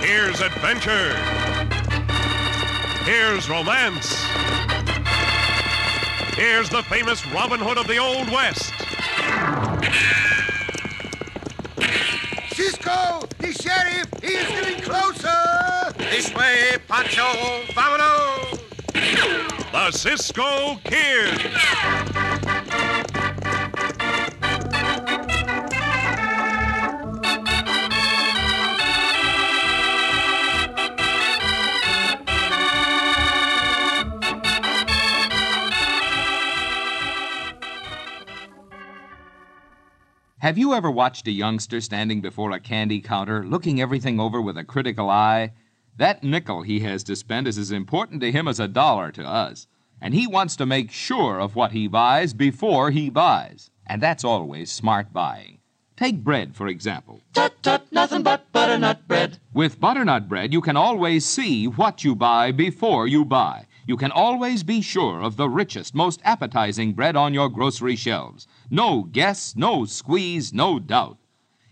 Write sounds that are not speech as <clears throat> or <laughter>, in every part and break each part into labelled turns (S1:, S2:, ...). S1: Here's adventure. Here's romance. Here's the famous Robin Hood of the Old West.
S2: Cisco, the sheriff, he is getting closer.
S3: This way, Pancho. Vámonos.
S1: The Cisco Kid.
S4: Have you ever watched a youngster standing before a candy counter, looking everything over with a critical eye? That nickel he has to spend is as important to him as a dollar to us, and he wants to make sure of what he buys before he buys. And that's always smart buying. Take bread, for example.
S5: Tut tut, nothing but butternut bread.
S4: With butternut bread, you can always see what you buy before you buy. You can always be sure of the richest, most appetizing bread on your grocery shelves. No guess, no squeeze, no doubt.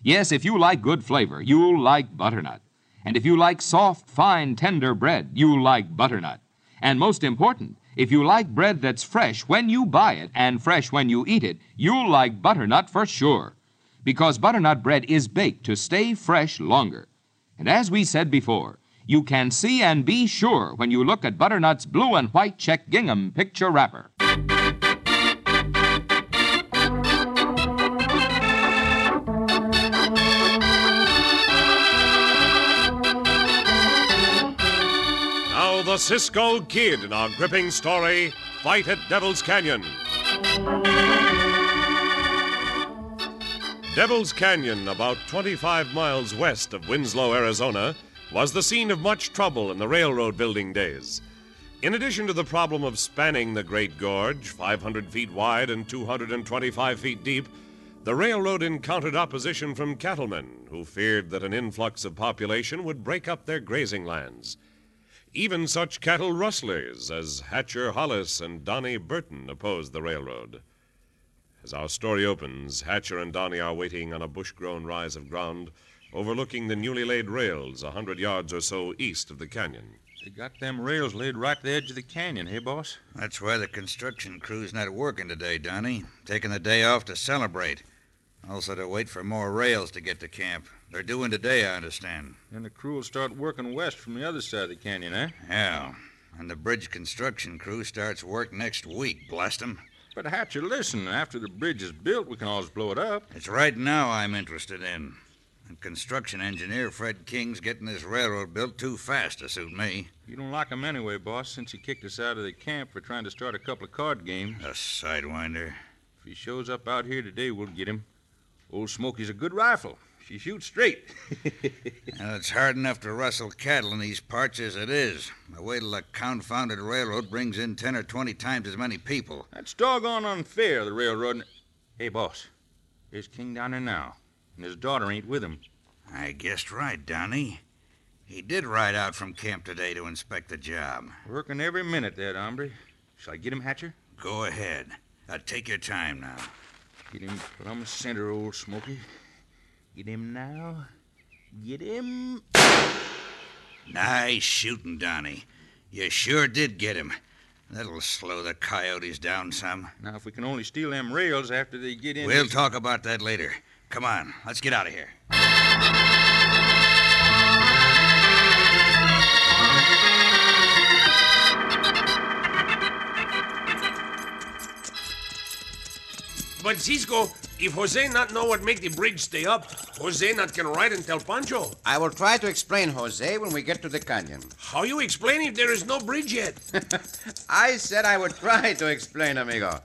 S4: Yes, if you like good flavor, you'll like butternut. And if you like soft, fine, tender bread, you'll like butternut. And most important, if you like bread that's fresh when you buy it and fresh when you eat it, you'll like butternut for sure. Because butternut bread is baked to stay fresh longer. And as we said before, you can see and be sure when you look at Butternut's blue and white check gingham picture wrapper.
S1: Now the Cisco Kid in our gripping story, Fight at Devil's Canyon. Devil's Canyon, about 25 miles west of Winslow, Arizona, was the scene of much trouble in the railroad building days. In addition to the problem of spanning the Great Gorge, 500 feet wide and 225 feet deep, the railroad encountered opposition from cattlemen who feared that an influx of population would break up their grazing lands. Even such cattle rustlers as Hatcher Hollis and Donnie Burton opposed the railroad. As our story opens, Hatcher and Donnie are waiting on a bush grown rise of ground overlooking the newly laid rails a hundred yards or so east of the canyon.
S3: They got them rails laid right to the edge of the canyon, hey, boss?
S2: That's why the construction crew's not working today, Donnie. Taking the day off to celebrate. Also to wait for more rails to get to camp. They're due in today, I understand.
S3: And the crew will start working west from the other side of the canyon, eh?
S2: Yeah. And the bridge construction crew starts work next week, blast 'em.
S3: But Hatcher, listen, after the bridge is built, we can always blow it up.
S2: It's right now I'm interested in. And construction engineer Fred King's getting this railroad built too fast to suit me.
S3: You don't like him anyway, boss, since he kicked us out of the camp for trying to start a couple of card games.
S2: A sidewinder.
S3: If he shows up out here today, we'll get him. Old Smokey's a good rifle. She shoots straight. <laughs>
S2: And it's hard enough to rustle cattle in these parts as it is. But wait till the confounded railroad brings in 10 or 20 times as many people.
S3: That's doggone unfair, the railroad. Hey, boss, there's King down there now, and his daughter ain't with him.
S2: I guessed right, Donnie. He did ride out from camp today to inspect the job.
S3: Working every minute, that hombre. Shall I get him, Hatcher?
S2: Go ahead. Uh, take your time now.
S3: Get him plumb center, old Smokey. Get him now. Get him.
S2: Nice shooting, Donnie. You sure did get him. That'll slow the coyotes down some.
S3: Now, if we can only steal them rails after they get in.
S2: We'll talk about that later. Come on, let's get out of here.
S6: But Cisco, if Jose not know what make the bridge stay up, Jose not can ride and tell Pancho.
S7: I will try to explain, Jose, when we get to the canyon.
S6: How you explain if there is no bridge yet?
S7: I said I would try to explain, amigo.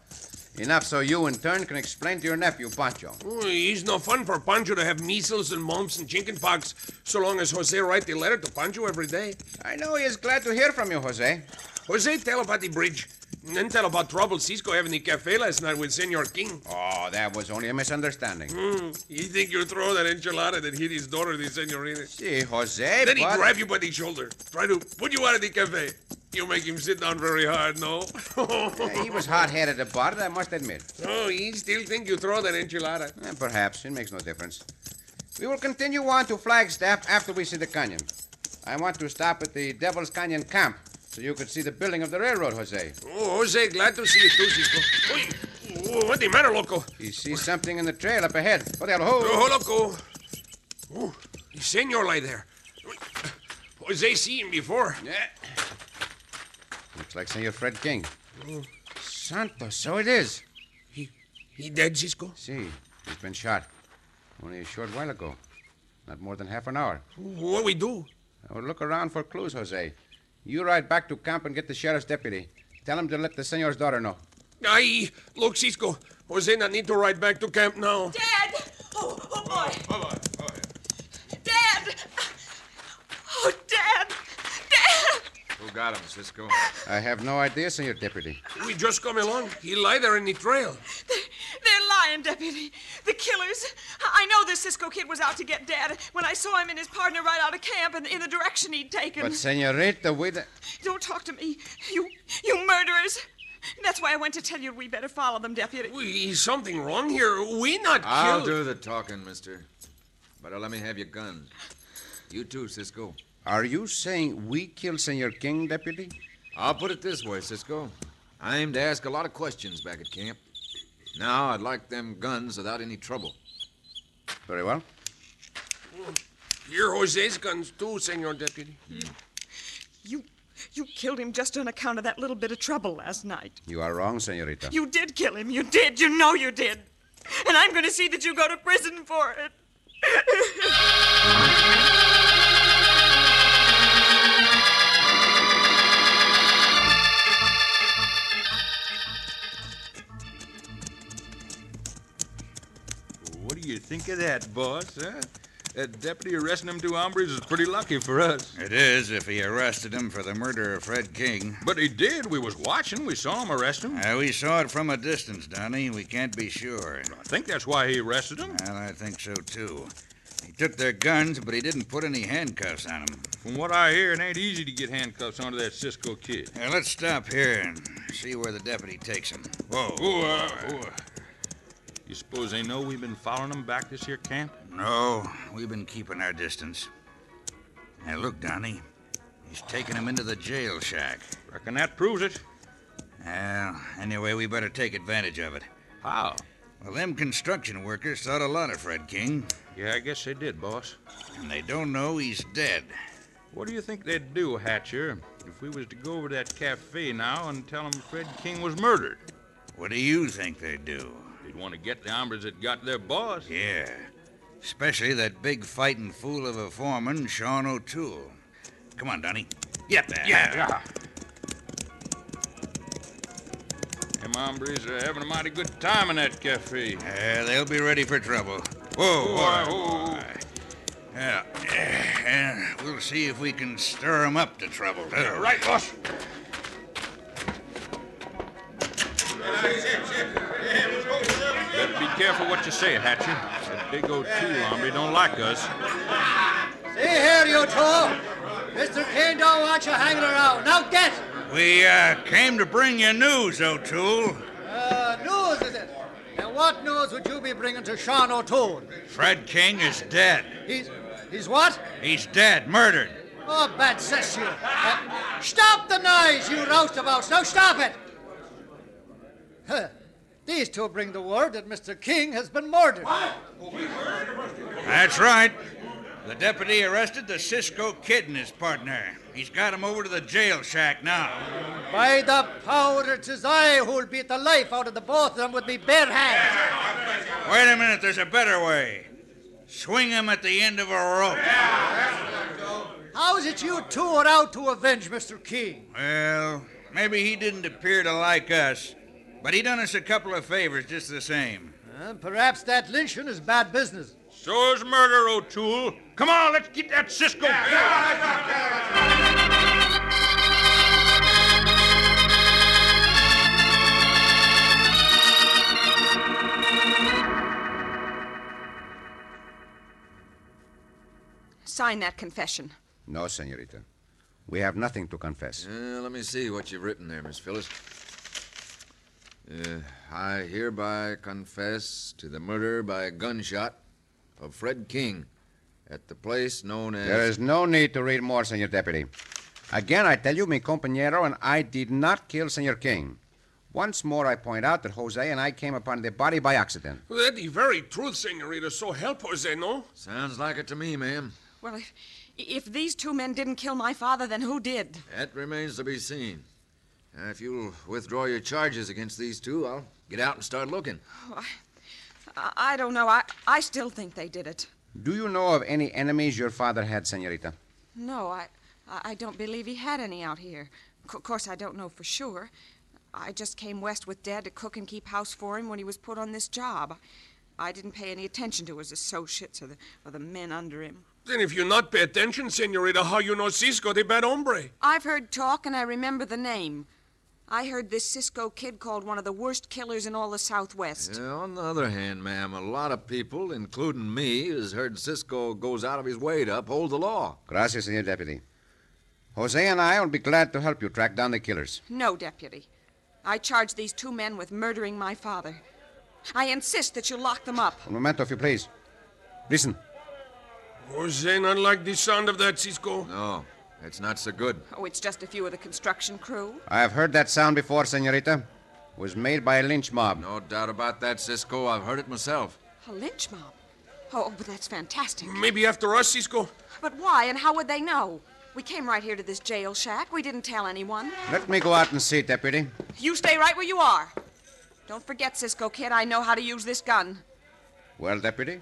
S7: Enough so you, in turn, can explain to your nephew, Pancho.
S6: Oh, it's no fun for Pancho to have measles and mumps and chicken pox so long as Jose write the letter to Pancho every day.
S7: I know he is glad to hear from you, Jose.
S6: Jose tell about the bridge. And then tell about trouble Cisco having the cafe last night with Senor King. Hmm,
S7: Oh, that was only a misunderstanding.
S6: He think you throw that enchilada that hit his daughter, the senorita.
S7: See, Jose,
S6: Then he
S7: but-
S6: grab you by the shoulder, try to put you out of the cafe. You make him sit down very hard, no?
S7: <laughs> Yeah, he
S6: <laughs>
S7: was hot-headed about it, I must admit.
S6: Oh, he still think you throw that enchilada.
S7: Eh, perhaps. It makes no difference. We will continue on to Flagstaff after we see the canyon. I want to stop at the Devil's Canyon camp so you could see the building of the railroad, Jose.
S6: Oh, Jose, glad to see you too, Cisco. Oy, oh, what the matter, loco?
S7: He sees something in the trail up ahead. But ho!
S6: Oh, loco. Oh, the senor lie there. Jose seen him before.
S7: Yeah. Looks like Senor Fred King. Santo, so it is.
S6: He, he dead, Cisco?
S7: See, he's been shot. Only a short while ago. Not more than half an hour.
S6: What we do?
S7: Oh, look around for clues, Jose. You ride back to camp and get the sheriff's deputy. Tell him to let the senor's daughter know.
S6: Ay, look, Cisco. Jose not need to ride back to camp now.
S8: Dad! Oh, oh boy! Dad! Oh, Dad! Dad!
S3: Who got him, Cisco?
S7: I have no idea, senor deputy.
S6: We just come along. He lie there in the trail.
S8: They- They're lying, Deputy. The killers. I I know this Cisco kid was out to get Dad when I saw him and his partner ride out of camp in, in the direction he'd taken.
S7: But, senorita, we. The...
S8: Don't talk to me. You, you murderers. That's why I went to tell you we better follow them, Deputy.
S6: We, is something <laughs> wrong here. We not
S9: I'll
S6: killed.
S9: do the talking, mister. But uh, let me have your gun. You too, Cisco.
S7: Are you saying we killed Senor King, deputy?
S9: I'll put it this way, Cisco. I aim to ask a lot of questions back at camp. Now I'd like them guns without any trouble.
S7: Very well.
S6: Here, Jose's guns too, senor deputy.
S8: You, you killed him just on account of that little bit of trouble last night.
S7: You are wrong, senorita.
S8: You did kill him. You did. You know you did. And I'm going to see that you go to prison for it.
S3: What do you think of that, boss, huh? That deputy arresting them two hombres is pretty lucky for us.
S2: It is if he arrested him for the murder of Fred King.
S3: But he did. We was watching. We saw him arrest him.
S2: Uh, we saw it from a distance, Donnie. We can't be sure.
S3: I think that's why he arrested him.
S2: Well, I think so, too. He took their guns, but he didn't put any handcuffs on them.
S3: From what I hear, it ain't easy to get handcuffs onto that Cisco kid.
S2: Now, let's stop here and see where the deputy takes him. Whoa.
S3: Ooh, uh, ooh. You suppose they know we've been following them back this here camp?
S2: No, we've been keeping our distance. Now, look, Donnie. He's taking him into the jail shack.
S3: Reckon that proves it.
S2: Well, anyway, we better take advantage of it.
S3: How?
S2: Well, them construction workers thought a lot of Fred King,
S3: Yeah, I guess they did, boss.
S2: and they don't know he's dead.
S3: What do you think they'd do, Hatcher, if we was to go over to that cafe now and tell them Fred King was murdered?
S2: What do you think they do?
S3: They'd want to get the hombres that got their boss.
S2: Yeah. Especially that big fighting fool of a foreman, Sean O'Toole. Come on, Donnie. Yep.
S3: yeah. Them hombres are having a mighty good time in that cafe.
S2: Uh, they'll be ready for trouble. Whoa,
S3: Why,
S2: whoa.
S3: oh,
S2: Yeah. eh, And we'll see if we can stir 'em up to trouble.
S3: Right, boss. Better be careful what you say, Hatcher. That big old tool hombre don't like us.
S5: See here, you two. Mr. King don't want you hanging around. Now get.
S2: We uh, came to bring you news, O'Toole.
S5: Uh, news is it? And what news would you be bringing to Sean O'Toole?
S2: Fred King is dead.
S5: He's, he's what?
S2: He's dead, murdered.
S5: Oh, bad cess you. Uh, stop the noise, you roustabouts. Now stop it. Huh. These two bring the word that Mr. King has been murdered.
S2: That's right. The deputy arrested the Cisco Kid and his partner. He's got him over to the jail shack now.
S5: By the power, it is I who'll beat the life out of the both of them with me bare hands.
S2: Wait a minute, there's a better way. Swing him at the end of a rope.
S5: How is it you two are out to avenge Mr. King?
S2: Well, maybe he didn't appear to like us, but he done us a couple of favors just the same.
S5: Uh, perhaps that lynching is bad business.
S3: So is murder, O'Toole. Come on, let's get that Cisco.
S8: Sign that confession.
S7: No, senorita. We have nothing to confess.
S9: Uh, let me see what you've written there, Miss Phyllis. Uh, I hereby confess to the murder by gunshot of Fred King, at the place known as.
S7: There is no need to read more, Senor Deputy. Again, I tell you, mi compañero and I did not kill Senor King. Once more, I point out that Jose and I came upon the body by accident.
S6: That the very truth, senorita. So help Jose, no?
S9: Sounds like it to me, ma'am.
S8: Well, if, if these two men didn't kill my father, then who did?
S9: That remains to be seen. Now, if you'll withdraw your charges against these two, I'll get out and start looking.
S8: Oh, I, I don't know. I, I still think they did it.
S7: Do you know of any enemies your father had, Senorita?
S8: No, I, I I don't believe he had any out here. C- of course, I don't know for sure. I just came west with Dad to cook and keep house for him when he was put on this job. I didn't pay any attention to his associates or the, or the men under him.
S6: Then if you not pay attention, senorita, how you know Cisco, the bad hombre?
S8: I've heard talk and I remember the name. I heard this Cisco kid called one of the worst killers in all the Southwest.
S9: Yeah, Uh, on the other hand, ma'am, a lot of people, including me, has heard Cisco goes out of his way to uphold the law.
S7: Gracias, Senor Deputy. Jose and I will be glad to help you track down the killers.
S8: No, Deputy. I charge these two men with murdering my father. I insist that you lock them up.
S7: Un momento, if you please. Listen.
S6: Jose not like the sound of that, Cisco.
S9: No, that's not so good.
S8: Oh, it's just a few of the construction crew.
S7: I have heard that sound before, Senorita. It was made by a lynch mob.
S9: No doubt about that, Cisco. I've heard it myself.
S8: A lynch mob. Oh, but that's fantastic.
S6: Maybe after us, Cisco.
S8: But why and how would they know? We came right here to this jail shack. We didn't tell anyone.
S7: Let me go out and see, Deputy.
S8: You stay right where you are. Don't forget, Cisco Kid, I know how to use this gun.
S7: Well, Deputy,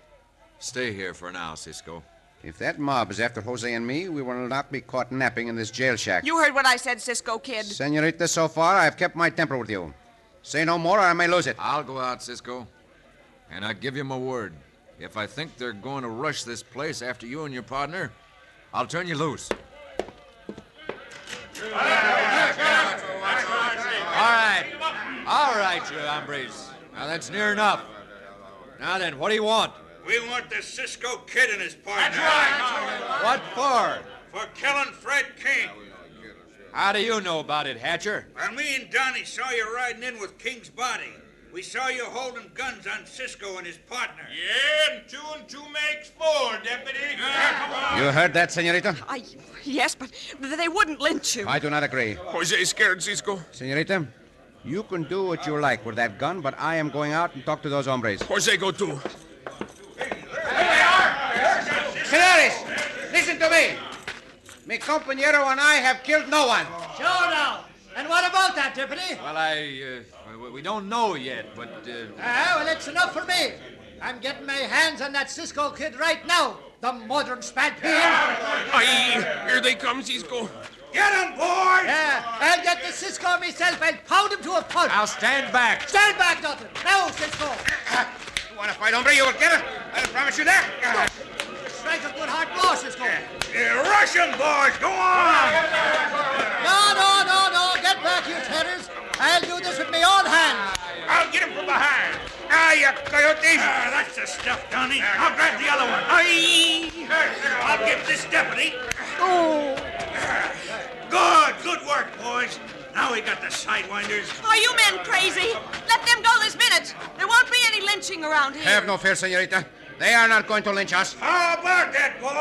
S9: Stay here for an hour, Cisco.
S7: if that mob is after Jose and me, we will not be caught napping in this jail shack.
S8: You heard what I said, Cisco Kid.
S7: Senorita, so far I have kept my temper with you. Say no more or I may lose it.
S9: I'll go out, Cisco. And I give you my word. If I think they're going to rush this place after you and your partner, I'll turn you loose. All right. All right, you hombres. Now that's near enough. Now then, what do you want?
S2: We want the Cisco Kid and his partner.
S9: What for?
S2: For killing Fred King.
S9: How do you know about it, Hatcher?
S2: When me and Donnie saw you riding in with King's body, we saw you holding guns on Cisco and his partner.
S3: Yeah, and two and two makes four, Deputy.
S2: <laughs>
S7: You heard that, Senorita?
S8: I, yes, but they wouldn't lynch you.
S7: I do not agree.
S6: Jose scared, Cisco.
S7: Senorita, you can do what you like with that gun, but I am going out and talk to those hombres.
S6: Jose, go too.
S7: Senores, listen to me. Mi compañero and I have killed no one.
S5: Show now. And what about that, Deputy?
S9: Well, I. Uh, we don't know yet, but. Uh...
S5: Ah, well, it's enough for me. I'm getting my hands on that Cisco kid right now. The modern spat pig.
S6: Aye, here they come, Cisco.
S2: Get him, boy!
S5: Yeah, I'll get the Cisco myself and pound him to a pulp.
S9: Now stand back!
S5: Stand back, nothing. Now, Cisco.
S2: You want to fight, hombre? You will get him. I promise you that.
S5: Strike a good hard blow, Cisco.
S2: Yeah, rush him, boys. Go on.
S5: No, no, no, no. Get back, you tatters. I'll do this with my own hands.
S2: I'll get him from behind. Ah, you coyote.
S5: Ah,
S2: that's the stuff, Donnie. I'll grab the other one. I'll get this deputy. Oh. Good, good work, boys. Now we got the sidewinders.
S8: Are you men crazy? Let them go this minute. There won't be any lynching around here.
S7: Have no fear, Senorita. They are not going to lynch us.
S2: How about that, boy?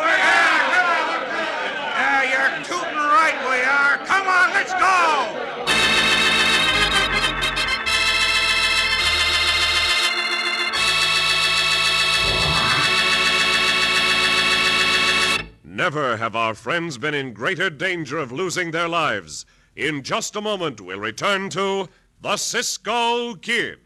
S2: Ah, you're tooting right we are. Come on, let's go.
S1: Never have our friends been in greater danger of losing their lives. In just a moment, we'll return to The Cisco Kid.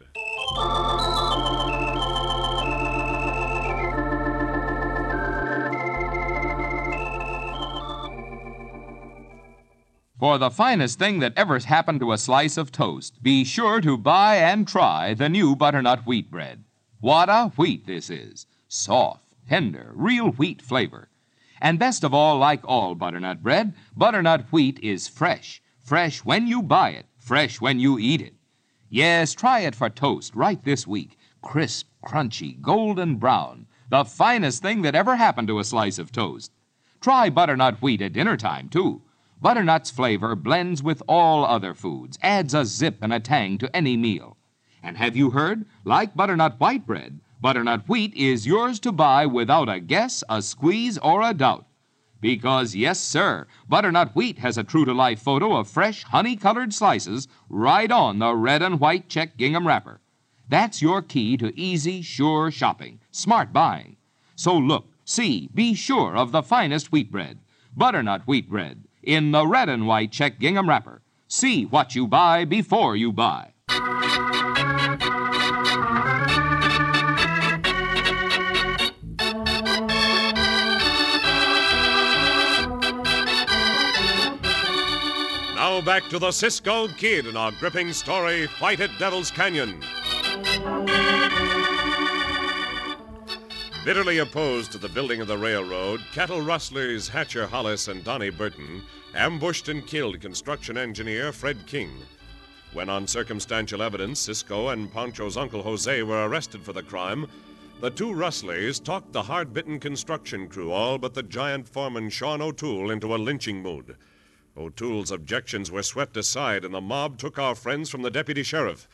S4: For the finest thing that ever happened to a slice of toast, be sure to buy and try the new butternut wheat bread. What a wheat this is! Soft, tender, real wheat flavor. And best of all, like all butternut bread, butternut wheat is fresh. Fresh when you buy it, fresh when you eat it. Yes, try it for toast right this week. Crisp, crunchy, golden brown. The finest thing that ever happened to a slice of toast. Try butternut wheat at dinner time, too. Butternut's flavor blends with all other foods, adds a zip and a tang to any meal. And have you heard? Like butternut white bread, Butternut wheat is yours to buy without a guess, a squeeze, or a doubt. Because, yes, sir, butternut wheat has a true to life photo of fresh, honey colored slices right on the red and white check gingham wrapper. That's your key to easy, sure shopping, smart buying. So look, see, be sure of the finest wheat bread, butternut wheat bread, in the red and white check gingham wrapper. See what you buy before you buy.
S1: Now back to the Cisco Kid in our gripping story, Fight at Devil's Canyon. Bitterly opposed to the building of the railroad, cattle rustlers Hatcher Hollis and Donnie Burton ambushed and killed construction engineer Fred King. When, on circumstantial evidence, Cisco and Pancho's uncle Jose were arrested for the crime, the two rustlers talked the hard bitten construction crew, all but the giant foreman Sean O'Toole, into a lynching mood. O'Toole's objections were swept aside, and the mob took our friends from the deputy sheriff.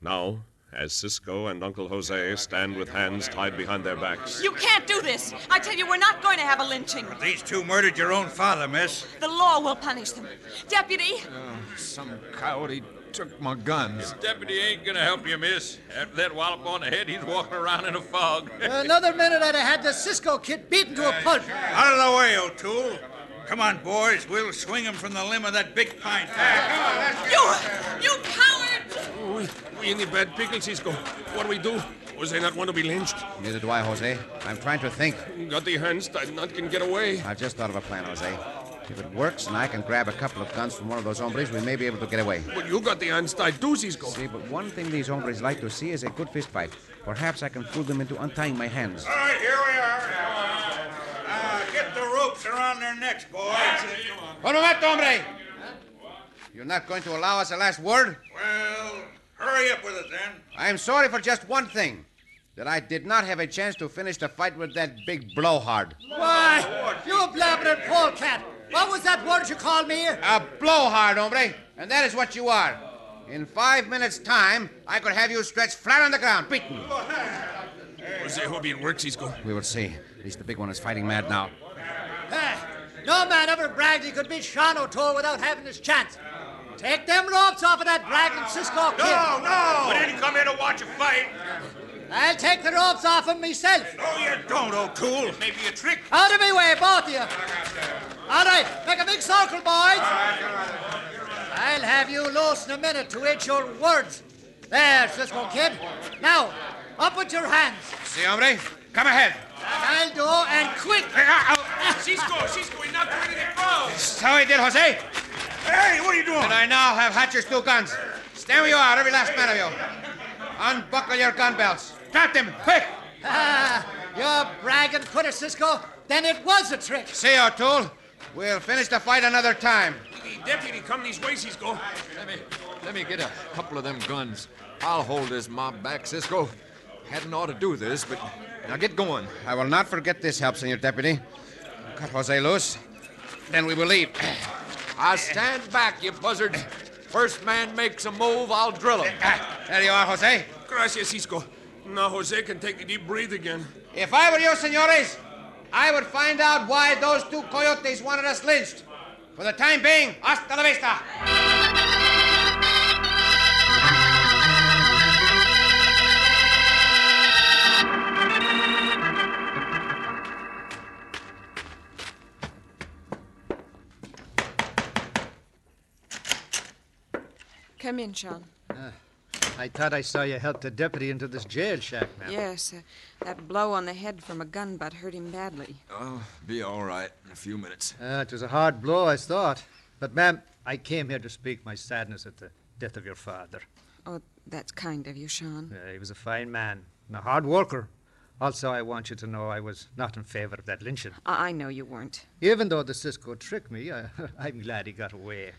S1: Now, as Cisco and Uncle Jose stand with hands tied behind their backs,
S8: You can't do this. I tell you, we're not going to have a lynching.
S2: These two murdered your own father, miss.
S8: The law will punish them. Deputy,
S2: Oh,
S9: Some coyote took my guns.
S3: Deputy ain't gonna help you, miss. After that wallop on the head, he's walking around in a <laughs> fog.
S5: Another minute, I'd have had the Cisco kid beaten to a pulp.
S2: Out of the way, O'Toole. Come on, boys. We'll swing him from the limb of that big pine tree.
S8: you, you coward!
S6: We, we in the bad pickle, Cisco. What do we do? Jose not want to be lynched.
S7: Neither do I, Jose. I'm trying to think.
S6: Got the hands tied, not can get away.
S7: I've just thought of a plan, Jose. If it works and I can grab a couple of guns from one of those hombres, we may be able to get away.
S6: But you got the hands tied too, Cisco.
S7: See, but one thing these hombres like to see is a good fist fight. Perhaps I can fool them into untying my hands.
S2: All right, here we are. Uh, get the ropes around their necks, boys.
S7: Un momento, hombre! You're not going to allow us a last word?
S2: Well, hurry up with it then.
S7: I am sorry for just one thing. That I did not have a chance to finish the fight with that big blowhard.
S5: Why, you blabbering polecat. What was that word you called me?
S7: A blowhard, hombre! And that is what you are. In five minutes' time, I could have you stretched flat on the ground, beaten.
S6: Jose, hope it works, Cisco.
S7: We will see. At least the big one is fighting mad now.
S5: Eh, No man ever bragged he could beat Sean O'Toole without having his chance. Take them ropes off of that bragging Cisco kid.
S2: No, no.
S6: We didn't come here to watch a fight.
S5: I'll take the ropes off him myself.
S2: No, you don't, O'Toole.
S6: Maybe a trick.
S5: Out of my way, both of you. All right, make a big circle, boys. I'll have you loose in a minute to eat your words. There, Cisco kid. Now, up with your hands.
S7: See, hombre? Come ahead.
S5: I'll do and quick.
S6: Cisco, Cisco, we knocked him into the crowd.
S7: That's how I did, Jose.
S2: Hey, what are you doing?
S7: And I now have Hatcher's two guns. Stand where you are, every last man of you. Unbuckle your gun belts. Drop them, quick!
S5: Ah, <laughs> you're bragging, quitter, Cisco. Then it was a trick.
S7: See, O'Toole, we'll finish the fight another time.
S6: The deputy come these ways, Cisco.
S9: Let me, let me get a couple of them guns. I'll hold this mob back, Cisco. Hadn't ought to do this, but now get going.
S7: I will not forget this help, Senor Deputy. Cut Jose loose, then we will
S9: <clears throat>
S7: leave.
S9: I stand back, you buzzards. First man makes a move, I'll drill him.
S6: Ah,
S7: There you are, Jose.
S6: Gracias, Cisco. Now Jose can take a deep breath again.
S7: If I were you, senores, I would find out why those two coyotes wanted us lynched. For the time being, hasta la vista.
S8: Come in, Sean.
S5: Uh, I thought I saw you help the deputy into this jail shack, man.
S8: Yes, uh, that blow on the head from a gun butt hurt him badly.
S9: Oh, be all right in a few minutes.
S5: Ah, it was a hard blow, I thought. But, ma'am, I came here to speak my sadness at the death of your father.
S8: Oh, that's kind of you, Sean.
S5: Uh, he was a fine man and a hard worker. Also, I want you to know I was not in favor of that lynching.
S8: I, I know you weren't.
S5: Even though the Cisco tricked me, I, <laughs> I'm glad he got away.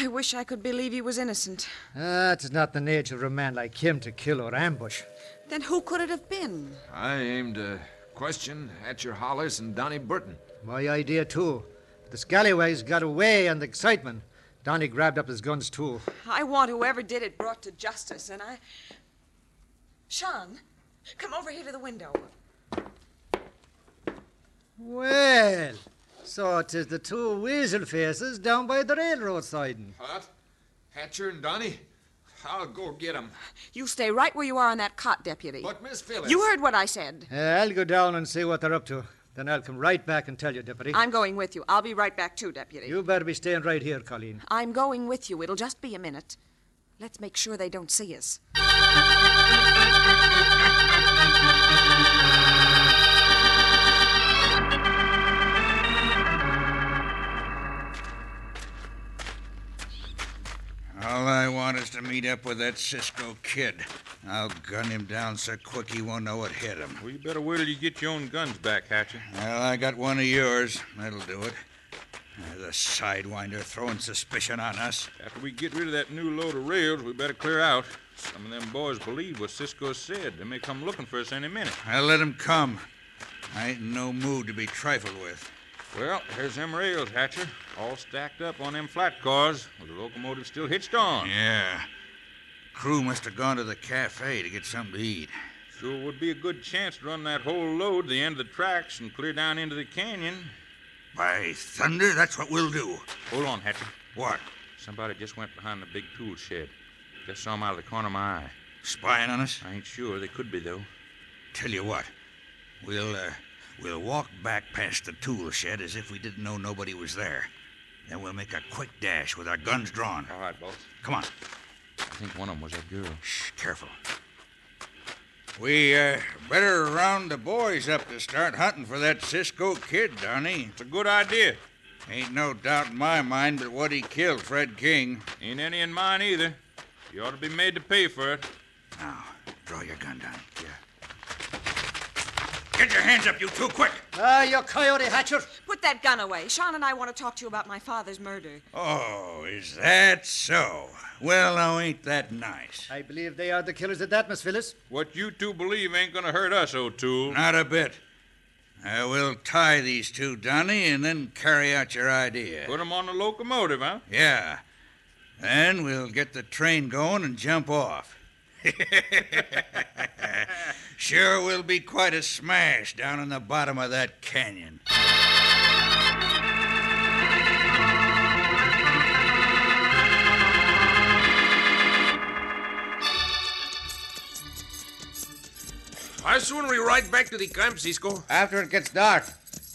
S8: I wish I could believe he was innocent.
S5: Ah, it's not the nature of a man like him to kill or ambush.
S8: Then who could it have been?
S9: I aimed a question at your Hollis and Donnie Burton.
S5: My idea, too. The scallywags got away in the excitement. Donnie grabbed up his guns, too.
S8: I want whoever did it brought to justice, and I. Sean, Come over here to the window.
S5: Well, so 'tis the two weasel faces down by the railroad siding.
S9: What? Hatcher and Donnie? I'll go get 'em.
S8: You stay right where you are on that cot, deputy.
S9: But, Miss Phyllis.
S8: You heard what I said.
S5: Uh, I'll go down and see what they're up to. Then I'll come right back and tell you, Deputy.
S8: I'm going with you. I'll be right back too, deputy.
S5: You better be staying right here, Colleen.
S8: I'm going with you. It'll just be a minute. Let's make sure they don't see us.
S2: All I want is to meet up with that Cisco kid. I'll gun him down so quick he won't know what hit him.
S3: Well, you better wait till you get your own guns back, Hatcher.
S2: Well, I got one of yours. That'll do it. Uh, The sidewinder throwing suspicion on us.
S3: After we get rid of that new load of rails, we better clear out. Some of them boys believe what Cisco said. They may come looking for us any minute.
S2: I'll let him come. I ain't in no mood to be trifled with.
S3: Well, there's them rails, Hatcher. All stacked up on them flat cars with the locomotive still hitched on.
S2: Yeah. Crew must have gone to the cafe to get something to eat.
S3: Sure would be a good chance to run that whole load to the end of the tracks and clear down into the canyon.
S2: By thunder, that's what we'll do.
S3: Hold on, Hatcher.
S2: What?
S3: Somebody just went behind the big tool shed. Just saw him out of the corner of my eye.
S2: Spying on us?
S3: I ain't sure. They could be, though.
S2: Tell you what, we'll uh, we'll walk back past the tool shed as if we didn't know nobody was there. Then we'll make a quick dash with our guns drawn.
S3: All right, boss.
S2: Come on.
S3: I think one of them was that girl.
S2: Shh, careful. We uh, better round the boys up to start hunting for that Cisco kid, Donnie.
S3: It's a good idea.
S2: Ain't no doubt in my mind but what he killed Fred King.
S3: Ain't any in mine either. You ought to be made to pay for it.
S2: Now, draw your gun, Donnie. Yeah. Get your hands up, you two, quick!
S5: Ah, you coyote hatcher.
S8: Put that gun away. Sean and I want to talk to you about my father's murder.
S2: Oh, is that so? Well, now, ain't that nice?
S5: I believe they are the killers at that, Miss Phyllis.
S3: What you two believe ain't gonna hurt us, O'Toole.
S2: Not a bit. I will tie these two, Donnie, and then carry out your idea.
S3: Put 'em on the locomotive, huh?
S2: Yeah. Then we'll get the train going and jump off. <laughs> sure will be quite a smash down in the bottom of that canyon.
S6: How soon we ride back to the camp, Cisco?
S7: After it gets dark,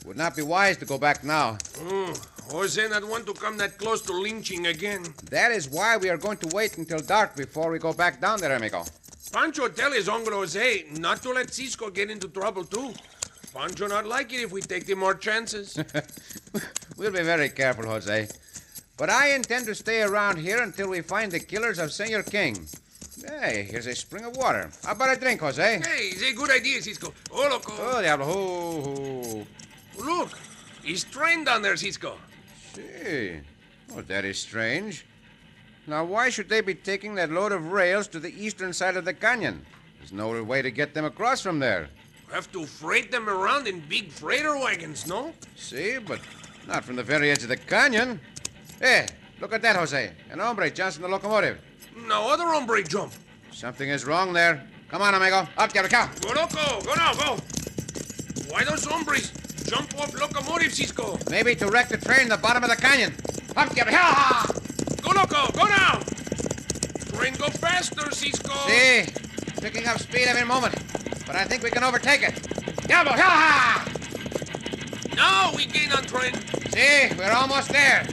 S7: would not be wise to go back now.
S6: Oh, Jose not want to come that close to lynching again.
S7: That is why we are going to wait until dark before we go back down there, amigo.
S6: Pancho tell his uncle Jose not to let Cisco get into trouble too. Pancho not like it if we take the more chances.
S7: <laughs> We'll be very careful, Jose. But I intend to stay around here until we find the killers of Senor King. Hey, here's a spring of water. How about a drink, Jose?
S6: hey, it's a good idea, Cisco. Oh, look,
S7: Oh, diablo. Oh, oh.
S6: look. He's train down there, Cisco.
S7: See. Well, Oh, that is strange. Now, why should they be taking that load of rails to the eastern side of the canyon? There's no way to get them across from there.
S6: Have to freight them around in big freighter wagons, no?
S7: See, but not from the very edge of the canyon. Hey, look at that, Jose. An hombre jumps in the locomotive.
S6: No other hombre jump.
S7: Something is wrong there. Come on, amigo. Up, diablo, come.
S6: Go loco, go now, go. Why those hombres jump off locomotive, Cisco?
S7: Maybe to wreck the train in the bottom of the canyon. Up, diablo, ha!
S6: Go loco, go now. Train go faster, Cisco.
S7: See, picking up speed every moment. But I think we can overtake it. Diablo, ha!
S6: Now we gain on train.
S7: See, we're almost there.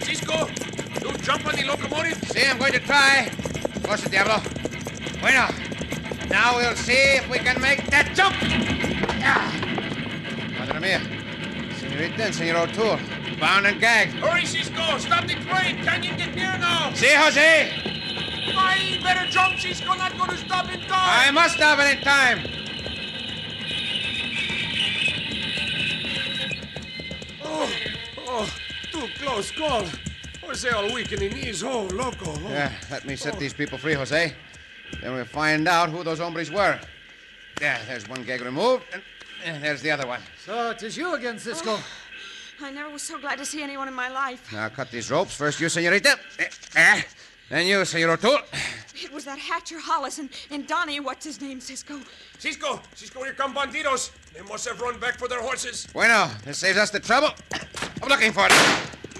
S6: Cisco, you jump on the locomotive.
S7: See, I'm going to try. Push it, Diablo. Bueno. Now we'll see if we can make that jump. Yeah. Madre mia. Senorita and Senor O'Toole. Bound and gagged.
S6: Hurry, Cisco! Stop the train! Canyon get near now!
S7: See, Jose?
S6: Why, better jump, Cisco! Not gonna stop in time!
S7: I must stop it in time.
S6: Oh, oh, too close call. Jose all weak in the knees. Oh, loco. Oh.
S7: Yeah, let me set these people free, Jose. Then we'll find out who those hombres were. There, there's one gag removed, and, and there's the other one.
S5: So it is you again, Cisco.
S8: I never was so glad to see anyone in my life.
S7: Now cut these ropes. First you, senorita. Eh, eh. And you, Senor O'Toole.
S8: It was that Hatcher Hollis and, and Donnie, what's his name, Cisco?
S6: Cisco, Cisco, here come bandidos. They must have run back for their horses.
S7: Bueno, this saves us the trouble. I'm looking for it.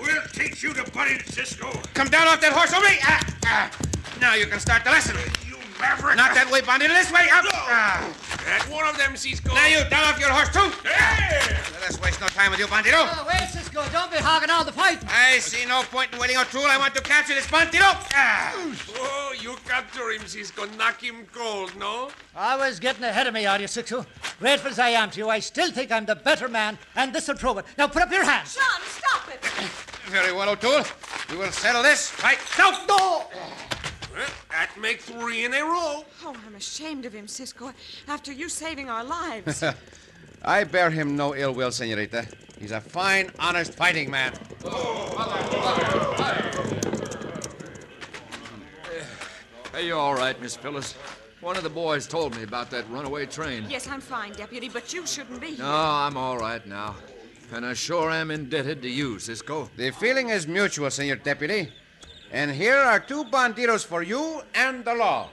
S6: We'll teach you to butt in, Cisco.
S7: Come down off that horse over me. Ah, ah. Now you can start the lesson.
S6: You maverick.
S7: Not that way, Bandito. This way. Up. Ah.
S6: That one of them, Cisco.
S7: Now you, down off your horse, too.
S6: Hey!
S7: Let us waste no time with you, Bandito.
S5: Oh, wait, Cisco, don't be hogging all the fight.
S7: I see no point in waiting, O'Toole. I want to capture this Bandito. Ah.
S6: Oh, you capture him, Cisco. Knock him cold, no?
S5: I was getting ahead of me, are you, Cisco? Grateful as I am to you, I still think I'm the better man, and this'll prove it. Now put up your hands.
S8: John, stop it.
S7: Very well, O'Toole. We will settle this right now. <laughs>
S5: No!
S6: Well, that make three in a row.
S8: Oh, I'm ashamed of him, Cisco, after you saving our
S6: <laughs>
S8: lives.
S7: <laughs> I bear him no ill will, Senorita. He's a fine, honest fighting man.
S9: Are you all right, Miss Phyllis? One of the boys told me about that runaway train.
S8: yes, I'm fine, Deputy, but you shouldn't be.
S9: No, I'm all right now. And I sure am indebted to you, Cisco.
S7: The feeling is mutual, Senor Deputy. And here are two bandidos for you and the law.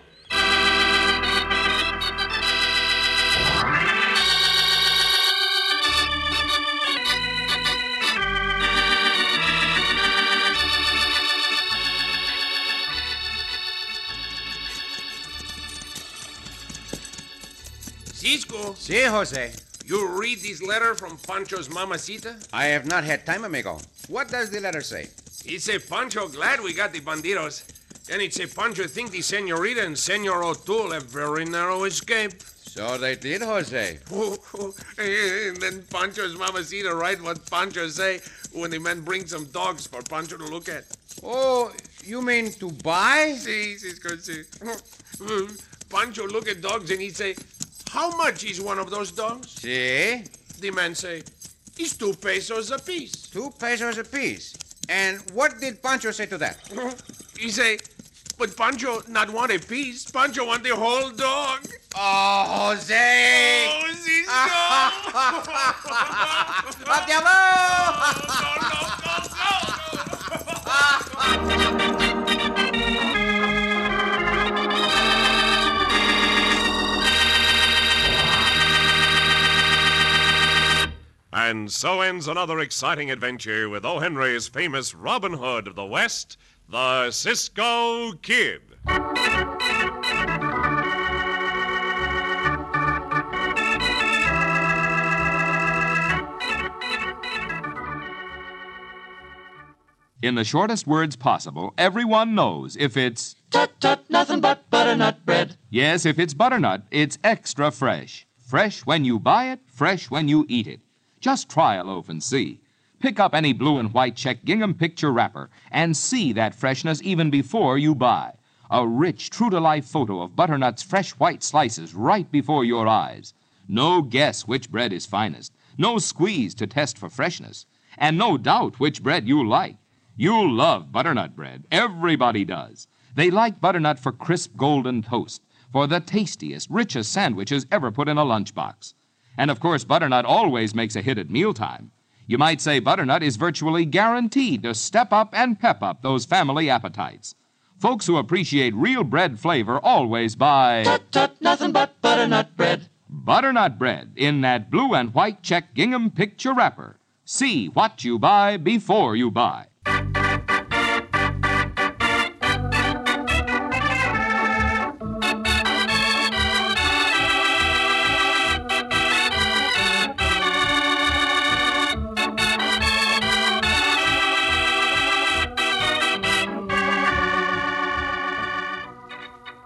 S6: Cisco,
S7: See, Jose.
S6: you read this letter from Pancho's mamacita?
S7: I have not had time, amigo. What does the letter say?
S6: He say, Pancho, glad we got the bandidos. Then it say, Pancho think the senorita and senor O'Toole have very narrow escape.
S7: So they did, Jose.
S6: <laughs> and then Pancho's mamacita write what Pancho say when the man bring some dogs for Pancho to look at. <laughs>
S7: Oh, you mean to buy?
S6: See, Cisco, see. <laughs> Pancho look at dogs and he say, how much is one of those dogs?
S7: See?
S6: The man say, it's two pesos apiece.
S7: Two pesos apiece. And what did Pancho say to that?
S6: <laughs> He say, but Pancho not want a piece. Pancho want the whole dog.
S7: Oh, Jose!
S6: Oh, Cisco!
S7: Up, Diablo! <laughs>
S1: And so ends another exciting adventure with O. Henry's famous Robin Hood of the West, the Cisco Kid.
S4: In the shortest words possible, everyone knows if it's
S10: Tut tut, nothing but butternut bread.
S4: Yes, if it's butternut, it's extra fresh. Fresh when you buy it, fresh when you eat it. Just try a loaf and see. Pick up any blue and white check gingham picture wrapper and see that freshness even before you buy. A rich, true to life photo of butternut's fresh white slices right before your eyes. No guess which bread is finest, no squeeze to test for freshness, and no doubt which bread you like. You love butternut bread. Everybody does. They like butternut for crisp golden toast, for the tastiest, richest sandwiches ever put in a lunchbox. And of course, butternut always makes a hit at mealtime. You might say butternut is virtually guaranteed to step up and pep up those family appetites. Folks who appreciate real bread flavor always buy.
S10: Tut tut, nothing but butternut bread.
S4: Butternut bread in that blue and white check gingham picture wrapper. See what you buy before you buy.